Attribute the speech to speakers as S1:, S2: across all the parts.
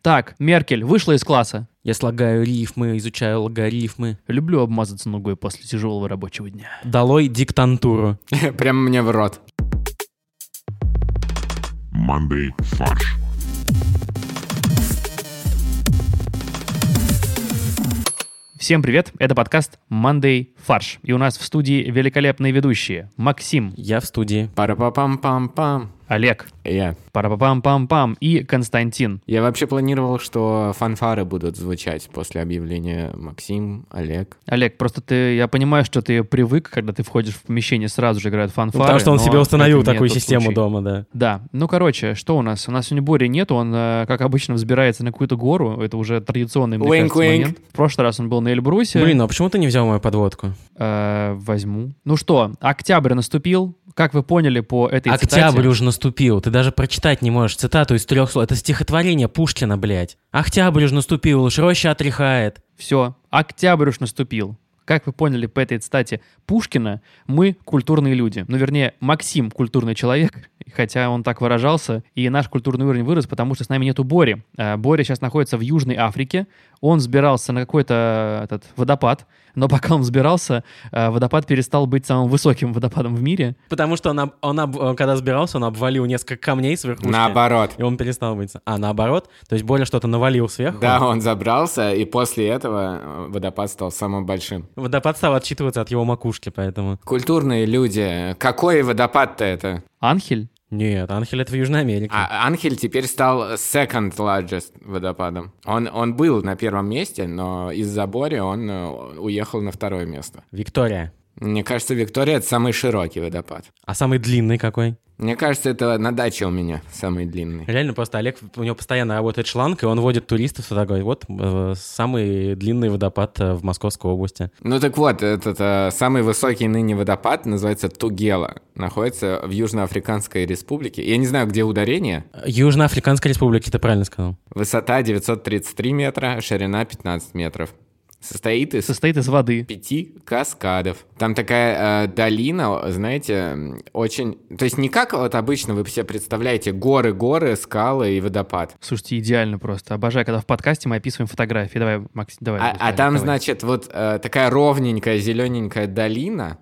S1: Так, Меркель вышла из класса.
S2: Я слагаю рифмы, изучаю логарифмы.
S1: Люблю обмазаться ногой после тяжелого рабочего дня.
S2: Долой диктантуру.
S3: Прямо мне в рот.
S4: Monday Fun.
S1: Всем привет, это подкаст Monday Фарш. И у нас в студии великолепные ведущие Максим,
S2: Я в студии. Ну,
S3: Пара-па-пам-пам-пам.
S1: Олег,
S3: Я.
S1: Парапапам-пам-пам и Константин.
S3: Я вообще планировал, что фанфары будут звучать после объявления Максим, Олег.
S1: Олег, просто ты, я понимаю, что ты привык, когда ты входишь в помещение, сразу же играют фанфары.
S2: Потому что он
S1: но
S2: себе установил
S1: ну, это не
S2: такую
S1: тот
S2: систему
S1: случай.
S2: дома, да.
S1: Да, ну короче, что у нас? У нас сегодня Бори нет, он, э, как обычно, взбирается на какую-то гору, это уже традиционный, мне
S3: Уинк,
S1: кажется,
S3: уинк.
S1: момент. В прошлый раз он был на Эльбрусе.
S2: Блин, а почему ты не взял мою подводку?
S1: Э, возьму. Ну что, октябрь наступил. Как вы поняли по этой цитате-
S2: Октябрь уже наступил. Ты даже прочитать не можешь цитату из трех слов. Это стихотворение Пушкина, блядь. Октябрь уже наступил, уж роща отряхает.
S1: Все, октябрь уж наступил. Как вы поняли по этой цитате Пушкина, мы культурные люди. Ну, вернее, Максим культурный человек, хотя он так выражался, и наш культурный уровень вырос, потому что с нами нету Бори. Э, Боря сейчас находится в Южной Африке, он взбирался на какой-то э, этот водопад, но пока он взбирался, э, водопад перестал быть самым высоким водопадом в мире.
S2: Потому что он, об- он об- он когда сбирался, он обвалил несколько камней сверху.
S3: Наоборот.
S2: И он перестал мыться. А наоборот? То есть более что-то навалил сверху?
S3: Да, он забрался, и после этого э, водопад стал самым большим.
S2: Водопад стал отчитываться от его макушки, поэтому...
S3: Культурные люди. Какой водопад-то это?
S1: Анхель?
S2: Нет, Анхель это в Южной Америке.
S3: А Анхель теперь стал second largest водопадом. Он, он был на первом месте, но из-за Бори он э, уехал на второе место.
S2: Виктория.
S3: Мне кажется, Виктория — это самый широкий водопад.
S2: А самый длинный какой?
S3: Мне кажется, это на даче у меня самый длинный.
S2: Реально просто Олег, у него постоянно работает шланг, и он водит туристов сюда, говорит, вот э, самый длинный водопад э, в Московской области.
S3: Ну так вот, этот э, самый высокий ныне водопад называется Тугела. Находится в Южноафриканской республике. Я не знаю, где ударение.
S2: Южноафриканской республики, ты правильно сказал.
S3: Высота 933 метра, ширина 15 метров. Состоит из
S1: Состоит из воды.
S3: пяти каскадов. Там такая э, долина, знаете, м, очень... То есть не как вот обычно вы все представляете горы-горы, скалы и водопад.
S1: Слушайте, идеально просто. Обожаю, когда в подкасте мы описываем фотографии. Давай, Максим, давай.
S3: А, а
S1: Руслан,
S3: там,
S1: давай.
S3: значит, вот э, такая ровненькая зелененькая долина,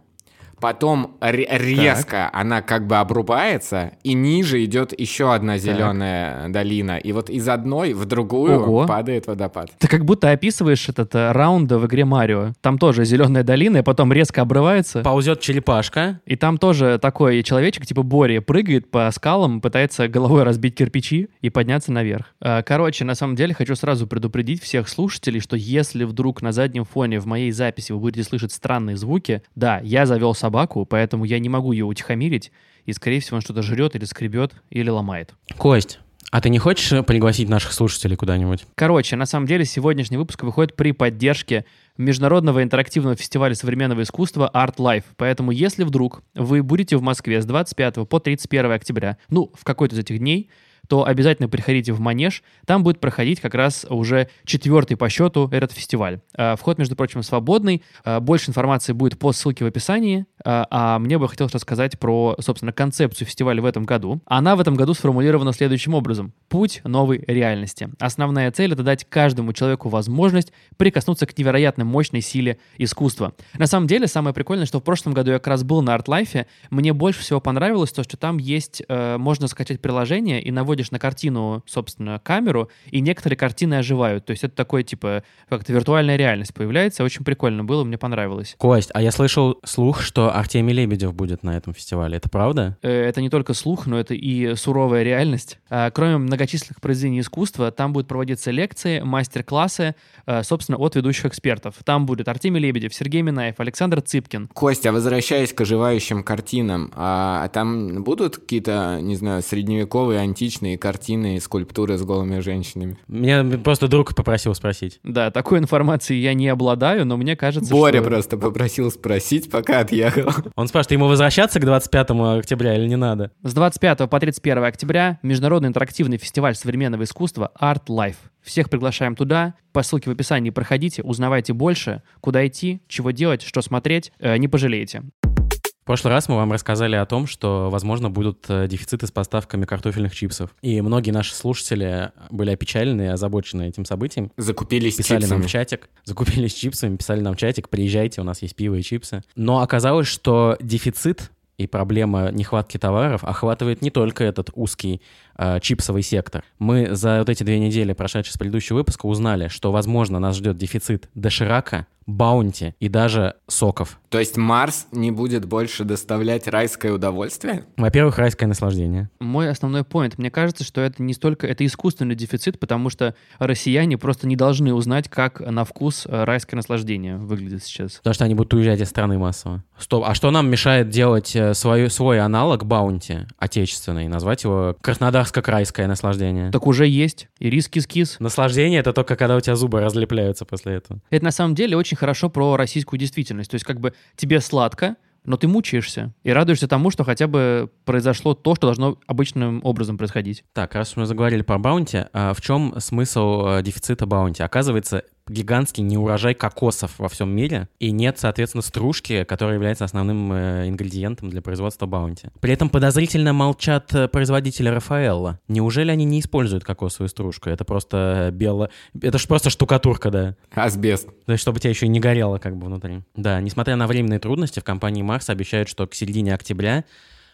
S3: потом ре- резко она как бы обрубается, и ниже идет еще одна зеленая долина. И вот из одной в другую
S1: Ого.
S3: падает водопад.
S1: Ты как будто описываешь этот э, раунд в игре Марио. Там тоже зеленая долина, и потом резко обрывается.
S2: Ползет черепашка.
S1: И там тоже такой человечек, типа Бори, прыгает по скалам, пытается головой разбить кирпичи и подняться наверх. Э, Короче, на самом деле хочу сразу предупредить всех слушателей, что если вдруг на заднем фоне в моей записи вы будете слышать странные звуки, да, я завел собаку, поэтому я не могу ее утихомирить, и, скорее всего, он что-то жрет или скребет, или ломает.
S2: Кость, а ты не хочешь э, пригласить наших слушателей куда-нибудь?
S1: Короче, на самом деле сегодняшний выпуск выходит при поддержке Международного интерактивного фестиваля современного искусства Art Life. Поэтому, если вдруг вы будете в Москве с 25 по 31 октября, ну, в какой-то из этих дней, то обязательно приходите в Манеж. Там будет проходить как раз уже четвертый по счету этот фестиваль. Э, Вход, между прочим, свободный. Э, Больше информации будет по ссылке в описании. Э, А мне бы хотелось рассказать про, собственно, концепцию фестиваля в этом году. Она в этом году сформулирована следующим образом. Путь новой реальности. Основная цель — это дать каждому человеку возможность прикоснуться к невероятно мощной силе искусства. На самом деле, самое прикольное, что в прошлом году я как раз был на артлайфе, мне больше всего понравилось то, что там есть, э, можно скачать приложение и наводишь на картину, собственно, камеру, и некоторые картины оживают. То есть это такое, типа, как-то виртуальная реальность появляется. Очень прикольно было, мне понравилось.
S2: Кость, а я слышал слух, что Артемий Лебедев будет на этом фестивале. Это правда?
S1: Э, Это не только слух, но это и суровая реальность. А, Кроме многочисленных произведений искусства, там будут проводиться лекции, мастер-классы, э, собственно, от ведущих экспертов. Там будет Артемий Лебедев, Сергей Минаев, Александр Цыпкин,
S3: Костя, возвращаясь к оживающим картинам, а там будут какие-то, не знаю, средневековые, античные картины и скульптуры с голыми женщинами?
S2: Меня просто друг попросил спросить.
S1: Да, такой информации я не обладаю, но мне кажется,
S3: Боря
S1: что...
S3: просто попросил спросить, пока отъехал.
S2: Он спрашивает, ему возвращаться к 25 октября или не надо?
S1: С 25 по 31 октября Международный интерактивный фестиваль современного искусства Art Life. Всех приглашаем туда. По ссылке в описании проходите, узнавайте больше, куда идти, чего делать, что смотреть. Э, не пожалеете.
S2: В прошлый раз мы вам рассказали о том, что, возможно, будут э, дефициты с поставками картофельных чипсов. И многие наши слушатели были опечалены и озабочены этим событием.
S3: Закупились
S2: Писали нам
S3: чипсами.
S2: в чатик, закупились чипсами, писали нам в чатик, приезжайте, у нас есть пиво и чипсы. Но оказалось, что дефицит и проблема нехватки товаров охватывает не только этот узкий э, чипсовый сектор. Мы за вот эти две недели, прошедшие с предыдущего выпуска, узнали, что, возможно, нас ждет дефицит доширака, баунти и даже соков.
S3: То есть Марс не будет больше доставлять райское удовольствие?
S2: Во-первых, райское наслаждение.
S1: Мой основной поинт. Мне кажется, что это не столько... Это искусственный дефицит, потому что россияне просто не должны узнать, как на вкус э, райское наслаждение выглядит сейчас.
S2: Потому что они будут уезжать из страны массово. Стоп, а что нам мешает делать э, свою, свой аналог баунти, отечественный, и назвать его краснодарско-крайское наслаждение?
S1: Так уже есть. И рис-кис-кис.
S2: Наслаждение — это только когда у тебя зубы разлепляются после этого.
S1: Это на самом деле очень хорошо про российскую действительность. То есть как бы тебе сладко, но ты мучаешься и радуешься тому, что хотя бы произошло то, что должно обычным образом происходить.
S2: Так, раз уж мы заговорили про баунти, а в чем смысл э, дефицита баунти? Оказывается, гигантский неурожай кокосов во всем мире, и нет, соответственно, стружки, которая является основным э, ингредиентом для производства баунти. При этом подозрительно молчат э, производители Рафаэлла. Неужели они не используют кокосовую стружку? Это просто бело... Это ж просто штукатурка, да.
S3: Асбест.
S2: То есть, чтобы у тебя еще и не горело как бы внутри. Да, несмотря на временные трудности, в компании Марс обещают, что к середине октября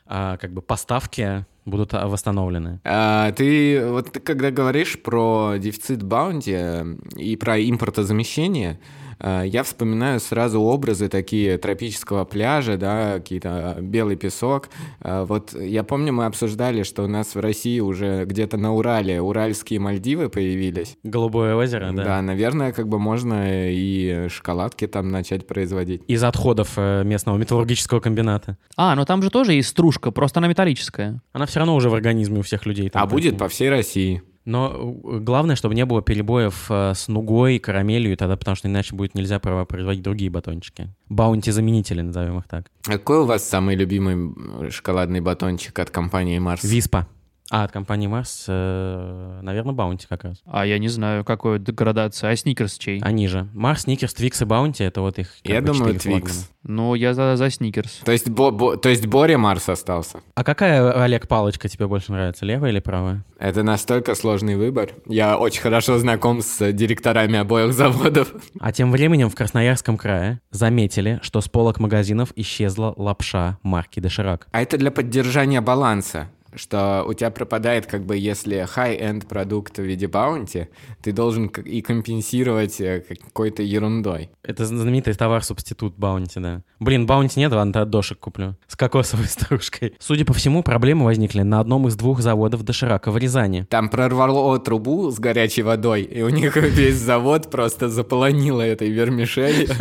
S2: а, как бы поставки будут а, восстановлены.
S3: А, ты вот ты когда говоришь про дефицит баунти э, и про импортозамещение, э, я вспоминаю сразу образы такие тропического пляжа, да, какие-то э, белый песок. Э, Вот я помню, мы обсуждали, что у нас в России уже где-то на Урале уральские Мальдивы появились.
S2: Голубое озеро, да.
S3: да, наверное, как бы можно и шоколадки там начать производить.
S2: Из отходов э, местного металлургического комбината.
S1: А, ну там же тоже есть стружка, просто она металлическая.
S2: Она все равно уже в организме у всех людей. там
S3: А будет
S2: поэтому.
S3: по всей России.
S2: Но э, главное, чтобы не было перебоев э, с нугой, карамелью, и тогда, потому что иначе будет нельзя право производить другие батончики. Баунти-заменители, назовем их так.
S3: А Какой у вас самый любимый э, шоколадный батончик от компании Марс?
S2: Виспа. А, от компании Марс, э, наверное, баунти как раз.
S1: А я не знаю, какой деградация. А сникерс чей?
S2: Они же. Марс, Никерс, Твикс и Баунти — это вот их как
S3: Я
S2: бы,
S3: думаю,
S2: четыре
S3: Твикс.
S2: флагмана.
S1: Ну, я за, за сникерс.
S3: То есть, Бо- Бо- то есть Боря Марс остался.
S2: А какая, Олег, палочка тебе больше нравится, левая или правая?
S3: Это настолько сложный выбор. Я очень хорошо знаком с директорами обоих заводов.
S2: А тем временем в Красноярском крае заметили, что с полок магазинов исчезла лапша марки Доширак.
S3: А это для поддержания баланса, что у тебя пропадает, как бы, если high-end продукт в виде баунти, ты должен к- и компенсировать э, какой-то ерундой.
S2: Это зн- знаменитый товар-субститут Баунти, да. Блин, Баунти нет, ладно, тогда дошик куплю. С кокосовой стружкой. Судя по всему, проблемы возникли на одном из двух заводов Доширака в Рязани.
S3: Там прорвало трубу с горячей водой, и у них весь завод просто заполонило этой вермишелью.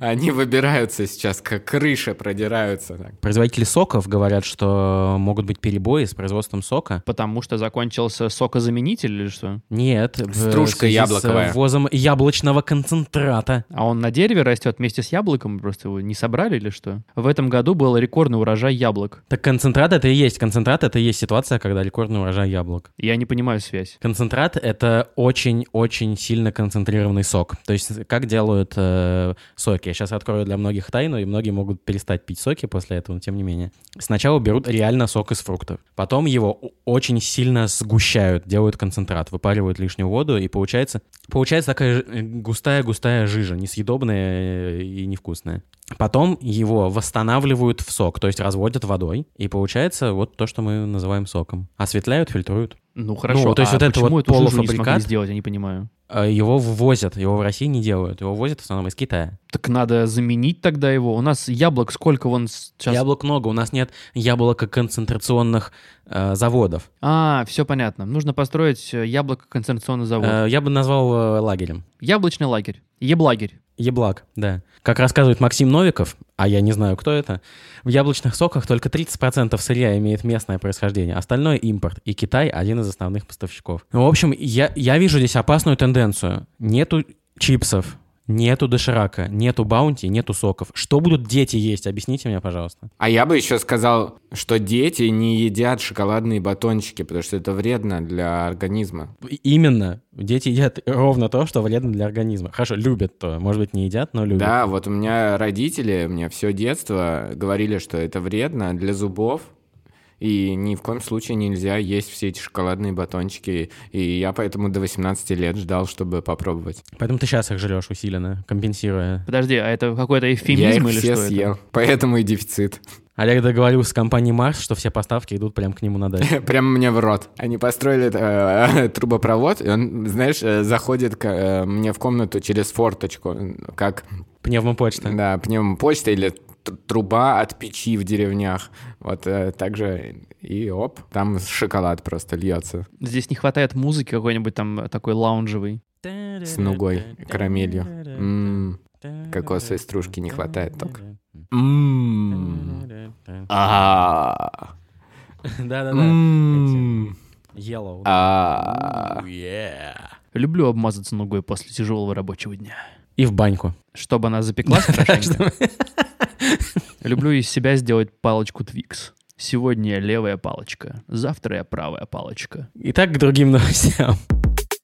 S3: Они выбираются сейчас, как крыши продираются. так.
S2: Производители соков говорят, что могут быть перебои с производством сока.
S1: Потому что закончился сокозаменитель или что?
S2: Нет, в
S3: Стружка
S2: связи
S3: яблоковая.
S2: с ввозом яблочного концентрата.
S1: А он на дереве растет вместе с яблоком, просто его не собрали или что? В этом году был рекордный урожай яблок.
S2: Так концентрат это и есть. Концентрат это и есть ситуация, когда рекордный урожай яблок.
S1: Я не понимаю связь.
S2: Концентрат — это очень-очень сильно концентрированный сок. То есть как делают э, соки? Я сейчас открою для многих тайну, и многие могут перестать пить соки после этого, но тем не менее. Сначала берут реально сок из фруктов. Потом его о- очень сильно сгущают, делают концентрат, выпаривают лишнюю воду, и получается, получается такая ж- э, густая-густая жижа, несъедобная э, и невкусная. Потом его восстанавливают в сок, то есть разводят водой, и получается вот то, что мы называем соком. Осветляют, фильтруют.
S1: Ну хорошо,
S2: то есть
S1: а
S2: вот это
S1: почему
S2: вот
S1: эту жижу не смогли
S2: полуфабрикат?
S1: сделать, я не понимаю.
S2: А Его ввозят, его в России не делают, его возят в основном из Китая.
S1: Так надо заменить тогда его. У нас яблок сколько вон с- сейчас?
S2: Яблок много, у нас нет яблококонцентрационных э, заводов.
S1: А, все понятно. Нужно построить э, яблоко-концентрационный завод.
S2: Э, я бы назвал э, лагерем.
S1: Яблочный лагерь. Еблагерь.
S2: Еблак, да. Как рассказывает Максим Новиков, а я не знаю, кто это, в яблочных соках только 30% сырья имеет местное происхождение, остальное импорт, и Китай один из основных поставщиков. Ну, В общем, я, я вижу здесь опасную тенденцию. Нету чипсов, Нету доширака, нету баунти, нету соков. Что будут дети есть? Объясните мне, пожалуйста.
S3: А я бы еще сказал, что дети не едят шоколадные батончики, потому что это вредно для организма.
S2: И- Именно. Дети едят ровно то, что вредно для организма. Хорошо, любят то. Может быть, не едят, но любят.
S3: Да, вот у меня родители, мне все детство говорили, что это вредно для зубов, и ни в коем случае нельзя есть все эти шоколадные батончики. И я поэтому до 18 лет ждал, чтобы попробовать.
S2: Поэтому ты сейчас их жрешь усиленно, компенсируя.
S1: Подожди, а это какой-то
S3: я их
S1: эфемизм или
S3: все
S1: что
S3: съел, поэтому и дефицит.
S2: Олег договорился с компанией Марс, что все поставки идут прямо к нему на дачу.
S3: Прямо мне в рот. Они построили э, трубопровод, и он, знаешь, э, заходит к, э, мне в комнату через форточку, как
S2: Пневмопочта.
S3: Да, пневмопочта или т- труба от печи в деревнях. Вот э, так же и оп, там шоколад просто льется
S1: это? Здесь не хватает музыки какой-нибудь там э, такой лаунжевый.
S3: с нугой, и карамелью. М, кокосовой стружки не хватает только.
S1: М-м.
S3: М. А.
S2: Да-да-да.
S3: М.
S2: Yellow.
S3: А.
S2: Yeah.
S1: Люблю обмазаться ногой после тяжелого рабочего дня.
S2: И в баньку.
S1: Чтобы она запеклась хорошенько. Люблю из себя сделать палочку Твикс. Сегодня я левая палочка, завтра я правая палочка.
S2: Итак, к другим новостям.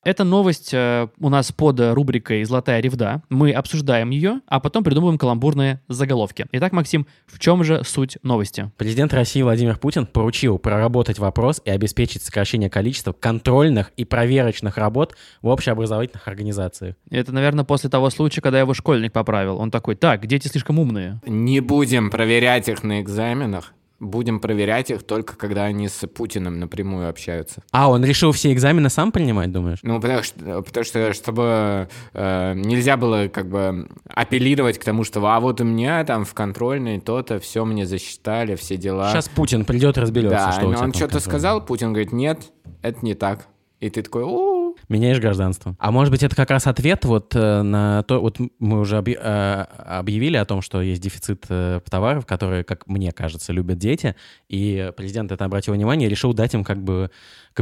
S1: Эта новость э, у нас под э, рубрикой «Золотая ревда». Мы обсуждаем ее, а потом придумываем каламбурные заголовки. Итак, Максим, в чем же суть новости?
S2: Президент России Владимир Путин поручил проработать вопрос и обеспечить сокращение количества контрольных и проверочных работ в общеобразовательных организациях.
S1: Это, наверное, после того случая, когда его школьник поправил. Он такой, так, дети слишком умные.
S3: Не будем проверять их на экзаменах. Будем проверять их только когда они с Путиным напрямую общаются.
S2: А, он решил все экзамены сам принимать, думаешь?
S3: Ну, потому что, потому что чтобы э, нельзя было как бы апеллировать к тому, что а вот у меня там в контрольной то-то, все мне засчитали, все дела.
S2: Сейчас Путин придет, разберется,
S3: Да,
S2: что у тебя
S3: но он
S2: там
S3: что-то
S2: контрольно.
S3: сказал, Путин говорит, нет, это не так. И ты такой, «У-у-у».
S2: Меняешь гражданство. А может быть, это как раз ответ вот э, на то... Вот мы уже объ- э, объявили о том, что есть дефицит э, товаров, которые, как мне кажется, любят дети. И президент это обратил внимание и решил дать им как бы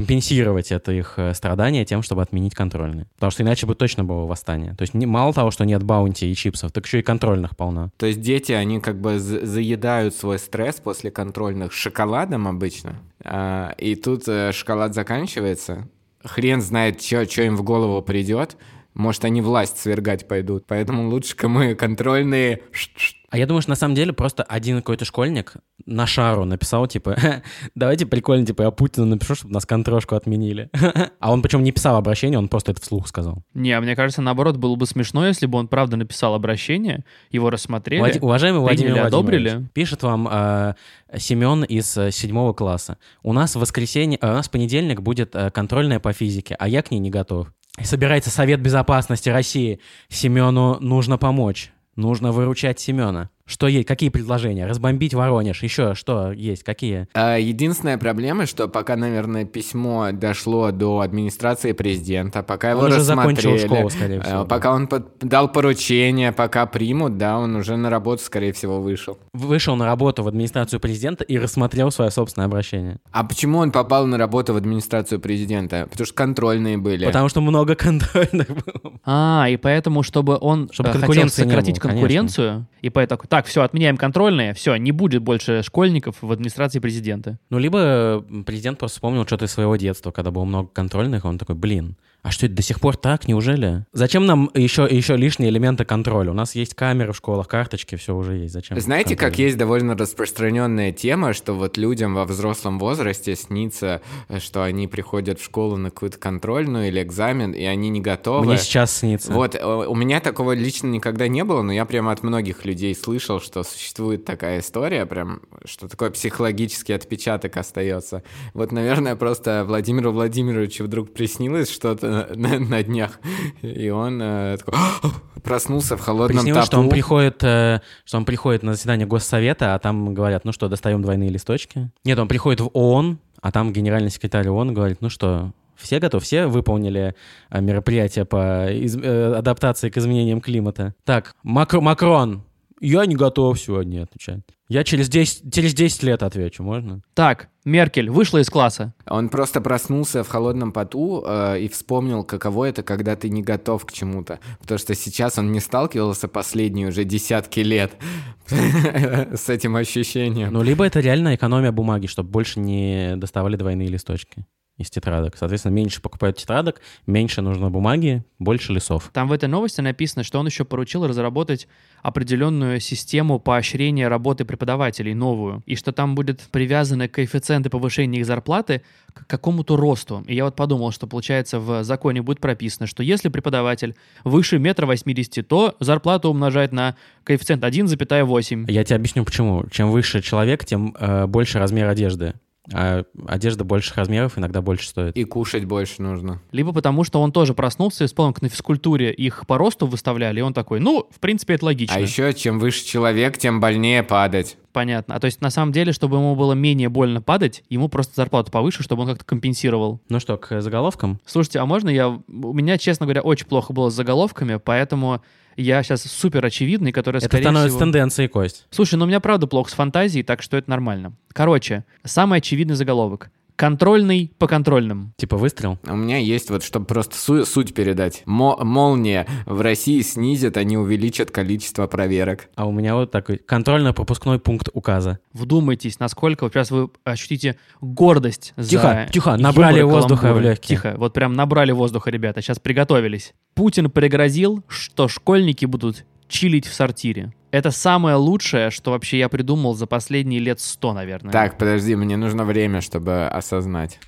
S2: компенсировать это их э, страдание тем, чтобы отменить контрольные. Потому что иначе бы точно было восстание. То есть не, мало того, что нет баунти и чипсов, так еще и контрольных полно.
S3: То есть дети, они как бы за- заедают свой стресс после контрольных шоколадом обычно. А, и тут э, шоколад заканчивается. Хрен знает, что им в голову придет. Может, они власть свергать пойдут. Поэтому лучше-ка мы контрольные... шш-шш.
S2: А я думаю, что на самом деле просто один какой-то школьник на шару написал, типа, давайте прикольно, типа, я Путину напишу, чтобы нас контрошку отменили. а он причем не писал обращение, он просто это вслух сказал.
S1: Не, а мне кажется, наоборот, было бы смешно, если бы он правда написал обращение, его рассмотрели.
S2: Влади- уважаемый Владимир
S1: приняли,
S2: Владимирович,
S1: одобрили.
S2: пишет вам э, Семен из э, седьмого класса. У нас в воскресенье, э, у нас в понедельник будет э, контрольная по физике, а я к ней не готов. И собирается Совет Безопасности России. Семену нужно помочь. Нужно выручать Семена. Что есть? Какие предложения? Разбомбить Воронеж? Еще что есть? Какие?
S3: А, Единственная проблема, что пока, наверное, письмо дошло до администрации президента, пока его
S2: Он уже закончил
S3: рассмотрели,
S2: школу, скорее
S3: э,
S2: всего. да.
S3: пока он под- дал поручение, пока примут, да, он уже на работу, скорее всего, вышел.
S2: Вышел на работу в администрацию президента и рассмотрел свое собственное обращение.
S3: А почему он попал на работу в администрацию президента? Потому что контрольные были.
S2: Потому что много контрольных было.
S1: А, и поэтому, чтобы он
S2: Чтобы
S1: э, хотел
S2: конкуренции не
S1: сократить
S2: было, конечно.
S1: конкуренцию, и поэтому такой, так, все, отменяем контрольные, все, не будет больше школьников в администрации президента.
S2: Ну, либо э, президент просто вспомнил что-то из своего детства, когда было много контрольных, и он такой, блин, а что это до сих пор так, неужели? Зачем нам еще, еще лишние элементы контроля? У нас есть камеры в школах, карточки, все уже есть. Зачем?
S3: Знаете, как
S2: контроль?
S3: есть довольно распространенная тема, что вот людям во взрослом возрасте снится, э, что они приходят в школу на какую-то контрольную или экзамен, и они не готовы.
S2: Мне сейчас снится.
S3: Вот, э, у меня такого лично никогда не было, но я прямо от многих людей слышал, что существует такая история, прям, что такой психологический отпечаток остается. Вот, наверное, просто Владимиру Владимировичу вдруг приснилось что-то на, на днях, и он э, такой, «А!» проснулся в холодном
S2: Приснилось,
S3: тапу.
S2: что он, приходит, э, что он приходит на заседание Госсовета, а там говорят, ну что, достаем двойные листочки. Нет, он приходит в ООН, а там генеральный секретарь ООН говорит, ну что, все готовы, все выполнили э, мероприятие по из- э, адаптации к изменениям климата. Так, Макр- Макрон, Я не готов сегодня отвечать. Я через 10, через 10 лет отвечу, можно?
S1: Так, Меркель вышла из класса.
S3: Он просто проснулся в холодном поту э, и вспомнил, каково это, когда ты не готов к чему-то. Потому что сейчас он не сталкивался последние уже десятки лет с этим ощущением.
S2: Ну, либо это реально экономия бумаги, чтобы больше не доставали двойные листочки из тетрадок. Соответственно, меньше покупают тетрадок, меньше нужно бумаги, больше лесов.
S1: Там в этой новости написано, что он еще поручил разработать определенную систему поощрения работы преподавателей, новую, и что там будет привязаны коэффициенты повышения их зарплаты к какому-то росту. И я вот подумал, что получается в законе будет прописано, что если преподаватель выше метра восьмидесяти, то зарплату умножать на коэффициент 1,8.
S2: Я тебе объясню, почему. Чем выше человек, тем э, больше размер одежды. А одежда больших размеров иногда больше стоит.
S3: И кушать больше нужно. А
S1: Либо потому, что он тоже проснулся и вспомнил, как на физкультуре их по росту выставляли, и он такой, ну, в принципе, это логично.
S3: А еще чем выше человек, тем больнее падать.
S1: Понятно. А то есть, на самом деле, чтобы ему было менее больно падать, ему просто зарплату повыше, чтобы он как-то компенсировал.
S2: Ну что, к э, заголовкам?
S1: Слушайте, а можно я... У меня, честно говоря, очень плохо было с заголовками, поэтому я сейчас супер очевидный, который,
S2: это
S1: скорее
S2: становится
S1: всего...
S2: тенденцией, Кость.
S1: Слушай, ну у меня правда плохо с фантазией, так что это нормально. Короче, самый очевидный заголовок. Контрольный по контрольным.
S2: Типа выстрел.
S3: У меня есть вот, чтобы просто су- суть передать. Мо- молния в России снизит, они увеличат количество проверок.
S2: А у меня вот такой контрольно-пропускной пункт указа.
S1: Вдумайтесь, насколько вот сейчас вы ощутите гордость
S2: Тихо,
S1: за...
S2: тихо,
S1: юмор
S2: набрали
S1: и
S2: воздуха
S1: каламбуры.
S2: в легкие.
S1: Тихо, вот прям набрали воздуха, ребята, сейчас приготовились. Путин пригрозил, что школьники будут чилить в сортире. Это самое лучшее, что вообще я придумал за последние лет сто, наверное.
S3: Так, подожди, мне нужно время, чтобы осознать.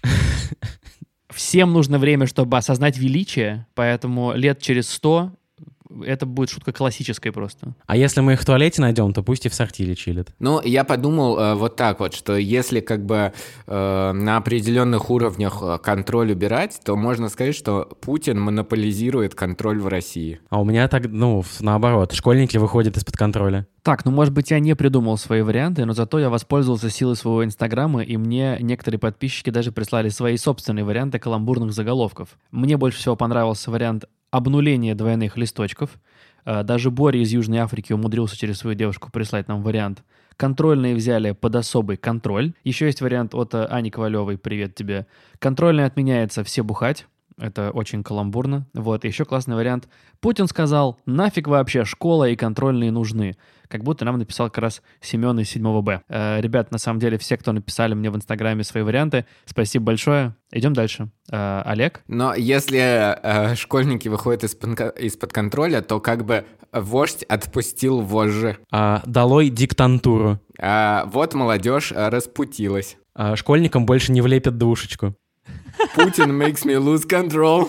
S1: Всем нужно время, чтобы осознать величие, поэтому лет через сто это будет шутка классическая просто.
S2: А если мы их в туалете найдем, то пусть и в сортире чилит.
S3: Ну, я подумал э, вот так вот, что если как бы э, на определенных уровнях э, контроль убирать, то можно сказать, что Путин монополизирует контроль в России.
S2: А у меня так, ну, в- наоборот, школьники выходят из-под контроля.
S1: Так, ну может быть я не придумал свои варианты, но зато я воспользовался силой своего инстаграма, и мне некоторые подписчики даже прислали свои собственные варианты каламбурных заголовков. Мне больше всего понравился вариант обнуления двойных листочков. Э, Даже Боря из Южной Африки умудрился через свою девушку прислать нам вариант. Контрольные взяли под особый контроль. Еще есть вариант от э, Ани Ковалевой. Привет тебе. Контрольная отменяется, все бухать. Это очень каламбурно. Вот, еще классный вариант. Путин сказал, нафиг вообще школа и контрольные нужны. Как будто нам написал как раз Семен из 7 Б. Э, ребят, на самом деле, все, кто написали мне в Инстаграме свои варианты, спасибо большое. Идем дальше. Э, Олег?
S3: Но если э, школьники выходят из-под, кон- из-под контроля, то как бы вождь отпустил вожжи.
S2: А, долой диктантуру.
S3: А вот молодежь э, распутилась.
S2: А, школьникам больше не влепят душечку.
S3: Путин makes me lose control.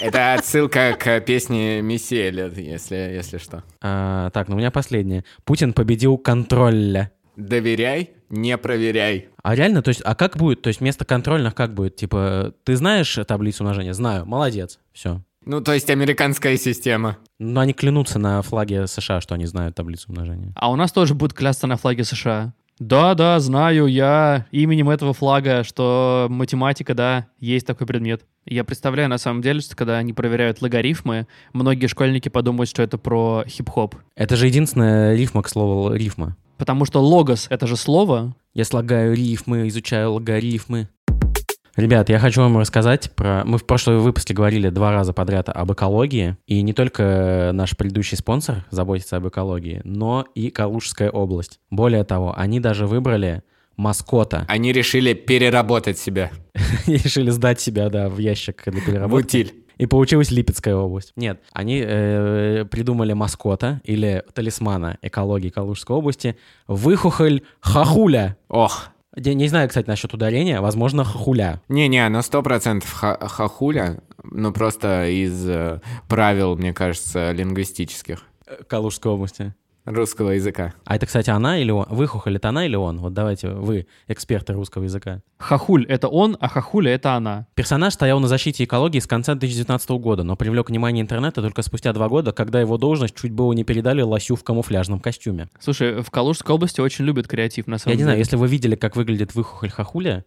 S3: Это отсылка к песне Миселя, если, если что.
S2: А, так, ну у меня последнее. Путин победил контролля.
S3: Доверяй, не проверяй.
S2: А реально, то есть, а как будет? То есть вместо контрольных как будет? Типа, ты знаешь таблицу умножения? Знаю, молодец, все.
S3: Ну, то есть американская система.
S2: Но они клянутся на флаге США, что они знают таблицу умножения.
S1: А у нас тоже будет клясться на флаге США. Да, да, знаю, я именем этого флага, что математика, да, есть такой предмет. Я представляю, на самом деле, что когда они проверяют логарифмы, многие школьники подумают, что это про хип-хоп.
S2: Это же единственная рифма к слову рифма.
S1: Потому что логос — это же слово,
S2: Я слагаю рифмы, изучаю логарифмы. Ребят, я хочу вам рассказать про... Мы в прошлом выпуске говорили два раза подряд об экологии, и не только наш предыдущий спонсор заботится об экологии, но и Калужская область. Более того, они даже выбрали маскота.
S3: Они решили переработать себя.
S2: Они решили сдать себя, да, в ящик для
S3: В
S2: переработки.
S3: утиль.
S2: И получилась Липецкая область. Нет, они э, придумали маскота или талисмана экологии Калужской области выхухоль хахуля.
S3: Ох.
S2: Я не знаю, кстати, насчет ударения, возможно, хахуля.
S3: Не-не, ну сто процентов ха- хахуля. Ну, просто из э, правил, мне кажется, лингвистических
S2: э, Калужской области.
S3: русского языка.
S2: А это, кстати, она или он? Выхухоль это она или он? Вот давайте вы, эксперты русского языка.
S1: Хахуль — это он, а хахуля — это она.
S2: Персонаж стоял на защите экологии с конца 2019 года, но привлек внимание интернета только спустя два года, когда его должность чуть было не передали лосю в камуфляжном костюме.
S1: Слушай, в Калужской области очень любят креатив, на
S2: Я
S1: самом
S2: не
S1: деле.
S2: знаю, если вы видели, как выглядит выхухоль хахуля, э,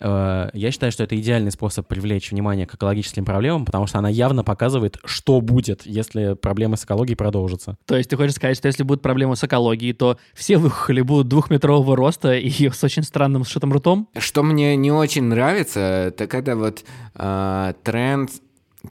S2: Э, Я считаю, что это идеальный способ привлечь внимание к экологическим проблемам, потому что она явно показывает, что будет, если проблемы с экологией продолжатся.
S1: То есть ты хочешь сказать, что если будут проблемы с экологией, то все выхухоли будут двухметрового роста и с очень странным сшитым ртом?
S3: Что мне не очень нравится, так это вот э, тренд,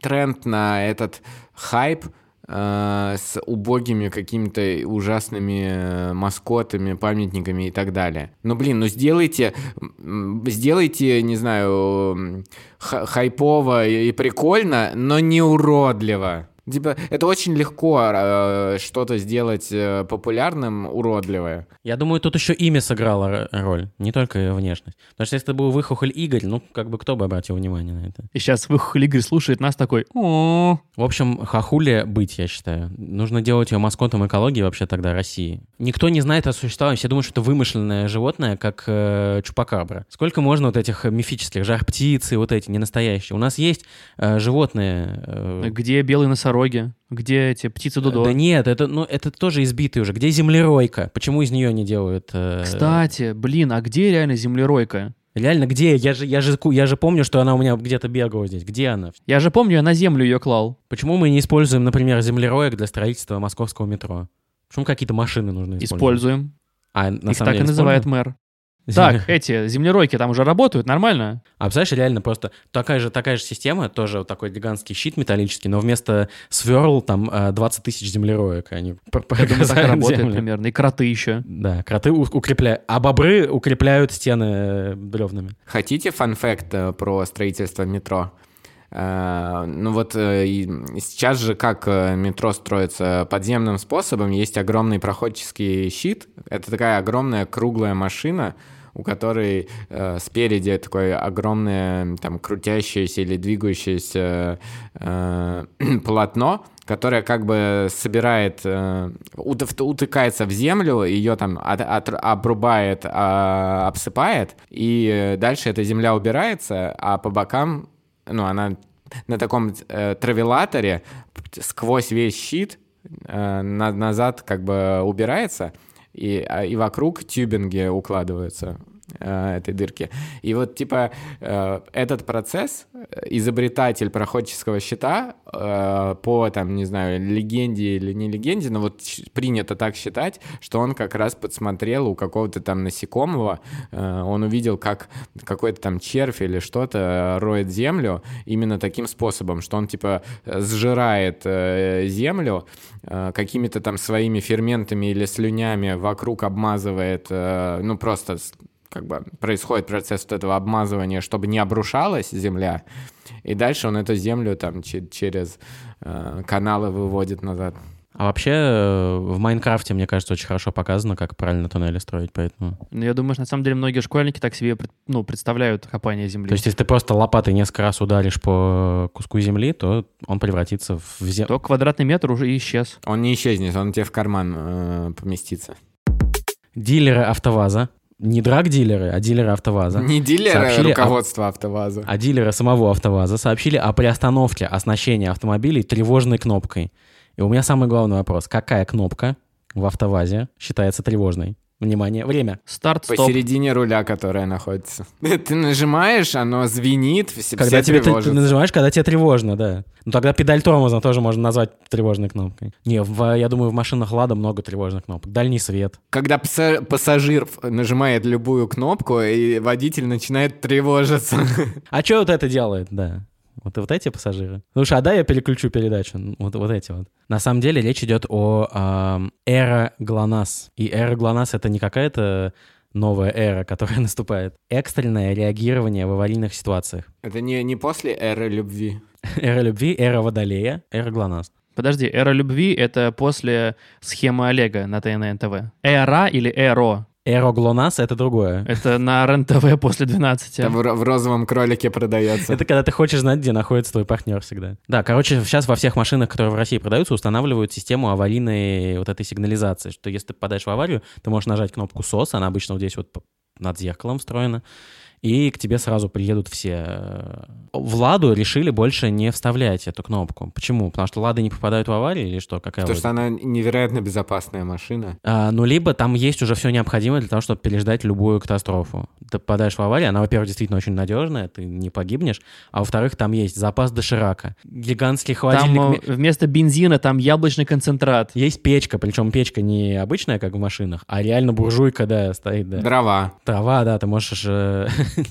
S3: тренд на этот хайп э, с убогими какими-то ужасными э, маскотами, памятниками и так далее. Ну, блин, ну сделайте, м, сделайте, не знаю, м, ха- хайпово и прикольно, но не уродливо. Типа, это очень легко э, что-то сделать э, популярным, уродливое.
S2: Я думаю, тут еще имя сыграло р- роль, не только внешность. Потому что если это был выхухоль Игорь, ну, как бы кто бы обратил внимание на это?
S1: И сейчас выхухоль Игорь слушает нас такой «О,
S2: В общем, хахуля быть, я считаю. Нужно делать ее маскотом экологии вообще тогда России. Никто не знает о существовании, все думают, что это вымышленное животное, как э, чупакабра. Сколько можно вот этих мифических, жар птицы, вот эти, ненастоящие. У нас есть э, животные... э,
S1: где белые носороги? Где эти птицы Дудо?»
S2: Да нет, это, ну, это тоже избитый уже. Где землеройка? Почему из нее не делают... э,
S1: Кстати, блин, а где реально землеройка?
S2: Реально, где? Я же, я, же, ку- я же помню, что она у меня где-то бегала здесь. Где она?
S1: Я же помню, я на землю ее клал.
S2: Почему мы не используем, например, землероек для строительства московского метро? Почему какие-то машины нужно использовать?
S1: Используем.
S2: А, на
S1: Их
S2: самом
S1: так и
S2: деле
S1: называет
S2: используем?
S1: мэр.
S2: Земля-
S1: Так, эти землеройки там уже работают, нормально?
S2: А представляешь, реально просто такая же, такая же система, тоже вот такой гигантский щит металлический, но вместо сверл там э, 20 тысяч землероек. Они пр-
S1: Я думаю, так и
S2: прогрызают
S1: работает
S2: землю.
S1: примерно. И кроты еще.
S2: Да, кроты у- укрепляют, а бобры укрепляют стены э, бревнами.
S3: Хотите фанфект э, про строительство метро? Э, Ну вот э, и сейчас же как э, метро строится подземным способом, есть огромный проходческий щит. Это такая огромная круглая машина, у которой э, спереди такое огромное там крутящееся или двигающееся э, полотно, которое как бы собирает, э, ут- вт- утыкается в землю, ее там от- от- обрубает, а, обсыпает, и э, дальше эта земля убирается, а по бокам, ну, она на таком э, травелаторе п- сквозь весь щит э, на- назад как бы убирается, и, а, и вокруг тюбинги укладываются э, этой дырки. И вот, типа, э, этот процесс э, изобретатель проходческого щита э, по, там, не знаю, легенде или не легенде, но вот щ- принято так считать, что он как раз подсмотрел у какого-то там насекомого, э, он увидел, как какой-то там червь или что-то э, роет землю именно таким способом, что он, типа, э, сжирает э, землю, э, какими-то там своими ферментами или слюнями вокруг обмазывает, э, ну, просто с- как бы происходит процесс вот этого обмазывания, чтобы не обрушалась земля, и дальше он эту землю там че- через э, каналы выводит назад.
S2: А вообще э, в Майнкрафте, мне кажется, очень хорошо показано, как правильно туннели строить, поэтому...
S1: Но Ну, я думаю, что на самом деле многие школьники так себе пред- ну, представляют копание земли.
S2: То есть, если ты просто лопатой несколько раз ударишь по куску земли, то он превратится в землю.
S1: то квадратный метр уже исчез.
S3: Он не исчезнет, он тебе в карман э, поместится.
S2: Дилеры автоваза, не драг-дилеры, а дилеры автоваза,
S3: Не дилеры
S2: Сообщили о-
S3: руководства автоваза.
S2: а дилеры самого автоваза сообщили о приостановке оснащения автомобилей тревожной кнопкой. И у меня самый главный вопрос. Какая кнопка в автовазе считается тревожной? Внимание, время.
S1: Старт, стоп.
S3: Посередине руля, которая находится. Ты нажимаешь, оно звенит, все,
S2: Когда
S3: все
S2: тебе ты, ты
S3: тревожатся.
S2: нажимаешь, когда тебе тревожно, да. Ну тогда педаль тормоза тоже можно назвать тревожной кнопкой. Не, в- я думаю, в машинах Лада много тревожных кнопок. Дальний свет.
S3: Когда пса- пассажир ф- нажимает любую кнопку, и водитель начинает тревожиться.
S2: А что вот это делает, да? Вот, вот эти пассажиры. Слушай, а дай я переключу передачу. Ну, Вот, вот эти вот. На самом деле речь идет о эм, эра ГЛОНАСС. И эра ГЛОНАСС — это не какая-то новая эра, которая наступает. Экстренное реагирование в аварийных ситуациях.
S3: Это не, не после эры любви.
S2: Эра любви, эра водолея, эра ГЛОНАСС.
S1: Подожди, эра любви — это после схемы Олега на ТНН ТВ. Эра или эро?
S2: Эра ГЛОНАСС — это другое.
S1: Это на РЕН-ТВ после 12.
S3: Это в, ро- в розовом кролике продается.
S2: Это когда ты хочешь знать, где находится твой партнер всегда. Да, короче, сейчас во всех машинах, которые в России продаются, устанавливают систему аварийной вот этой сигнализации, что если ты попадаешь в аварию, ты можешь нажать кнопку SOS, она обычно вот здесь вот п- над зеркалом встроена, и к тебе сразу приедут все. В Ладу решили больше не вставлять эту кнопку. Почему? Потому что Лады не попадают в аварии или что? Какая
S3: Потому
S2: логика?
S3: что она невероятно безопасная машина.
S2: А, ну, либо там есть уже все необходимое для того, чтобы переждать любую катастрофу. Ты попадаешь в аварию, она, во-первых, действительно очень надежная, ты не погибнешь, а во-вторых, там есть запас доширака, гигантский холодильник,
S1: Там
S2: ме-
S1: э, вместо бензина там яблочный концентрат.
S2: Есть печка, причем печка не обычная, как в машинах, а реально буржуйка, да, стоит, да.
S3: Дрова.
S2: Трава, да, ты можешь э,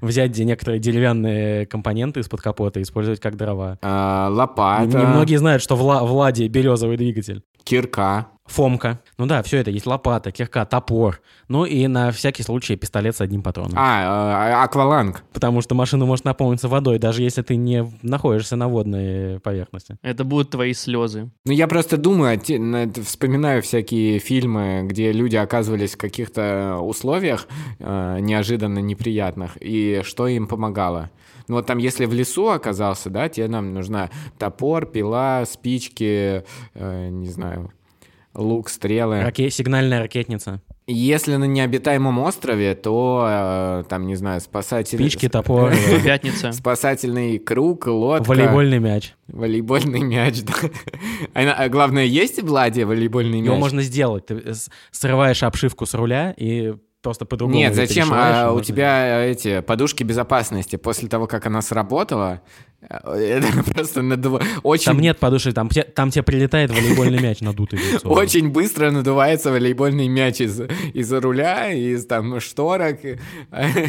S2: взять де- некоторые деревянные компоненты из-под капота и использовать как дрова.
S3: э,
S1: А
S3: лопата.
S2: Многие знают, что в, Ла- в Ладе березовый двигатель.
S3: Кирка.
S2: Фомка. Ну да, все это есть. Лопата, кирка, топор. Ну и на всякий случай пистолет с одним патроном.
S3: А, э, акваланг.
S2: Потому что машина может наполниться водой, даже если ты не находишься на водной поверхности.
S1: Это будут твои слезы.
S3: Ну, я просто думаю, те- на- т- вспоминаю всякие фильмы, где люди оказывались в каких-то условиях э, неожиданно неприятных, и что им помогало. Ну, вот там, если в лесу оказался, да, тебе нам нужна топор, пила, спички, э, не знаю, лук, стрелы.
S2: Раке- Сигнальная ракетница.
S3: Если на необитаемом острове, то, э, там, не знаю, спасатели...
S2: Спички, топор, э,
S1: Пятница.
S3: Спасательный круг, лодка.
S2: волейбольный мяч.
S3: Волейбольный мяч, да. А главное, есть в Ладе волейбольный
S2: Его
S3: мяч?
S2: можно сделать. Ты э, с- срываешь обшивку с руля и просто по-другому.
S3: Нет,
S2: ее
S3: зачем?
S2: перешиваешь, и
S3: А,
S2: можно
S3: у
S2: сделать.
S3: тебя э, эти подушки безопасности после того, как она сработала, э, это просто надува- очень,
S2: Там нет подушек, там, те- там тебе прилетает волейбольный мяч надутый. в лицо.
S3: очень быстро надувается волейбольный мяч из, из руля, из там шторок.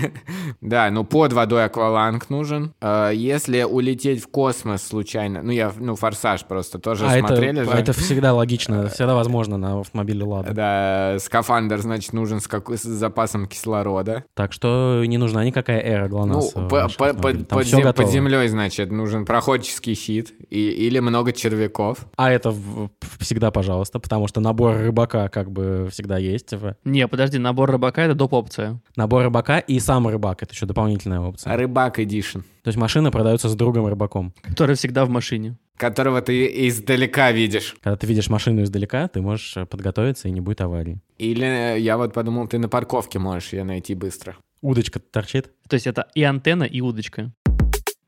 S3: Да, ну под водой акваланг нужен. Э, Если улететь в космос случайно, ну я, ну форсаж просто тоже
S2: А это,
S3: смотрели же.
S2: это всегда логично, это всегда возможно на автомобиле Лада.
S3: Э, Да, скафандр, значит, нужен с, какой- с запасом кислорода.
S2: Так что не нужна никакая эра ГЛОНАСС.
S3: ну,
S2: в
S3: по-
S2: нашем
S3: по-
S2: автомобиле. э,
S3: под,
S2: Там
S3: под
S2: всё
S3: зем- под
S2: готово.
S3: землей, значит, нужен проходческий щит и- или много червяков.
S2: А это в- в- всегда, пожалуйста, потому что набор рыбака как бы всегда есть. типа.
S1: Не, подожди, набор рыбака это доп. опция.
S2: Набор рыбака и сам рыбак — это еще дополнительная опция.
S3: Рыбак Эдишн,
S2: То есть машина продается с другом-рыбаком.
S1: Который всегда в машине.
S3: которого ты издалека видишь.
S2: Когда ты видишь машину издалека, ты можешь э, подготовиться, и не будет аварии.
S3: Или э, я вот подумал, ты на парковке можешь ее найти быстро.
S2: Удочка торчит.
S1: То есть это и антенна, и удочка.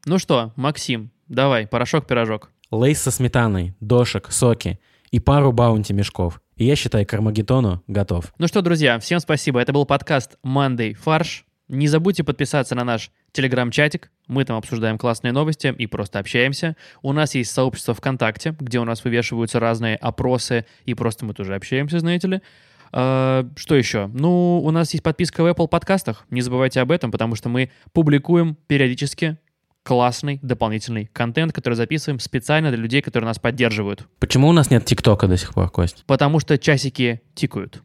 S1: Ну что, Максим, давай, порошок-пирожок.
S2: Лейс со сметаной, дошек, соки и пару баунти-мешков. И я, считай, к Армагеддону готов.
S1: Ну что, друзья, всем спасибо. Это был подкаст Monday Фарш. Не забудьте подписаться на наш телеграм-чатик. Мы там обсуждаем классные новости и просто общаемся. У нас есть сообщество ВКонтакте, где у нас вывешиваются разные опросы, и просто мы тоже общаемся, знаете ли. А, Что еще? Ну, у нас есть подписка в Apple подкастах. Не забывайте об этом, потому что мы публикуем периодически классный дополнительный контент, который записываем специально для людей, которые нас поддерживают.
S2: Почему у нас нет ТикТока до сих пор, Кость?
S1: Потому что часики тикают.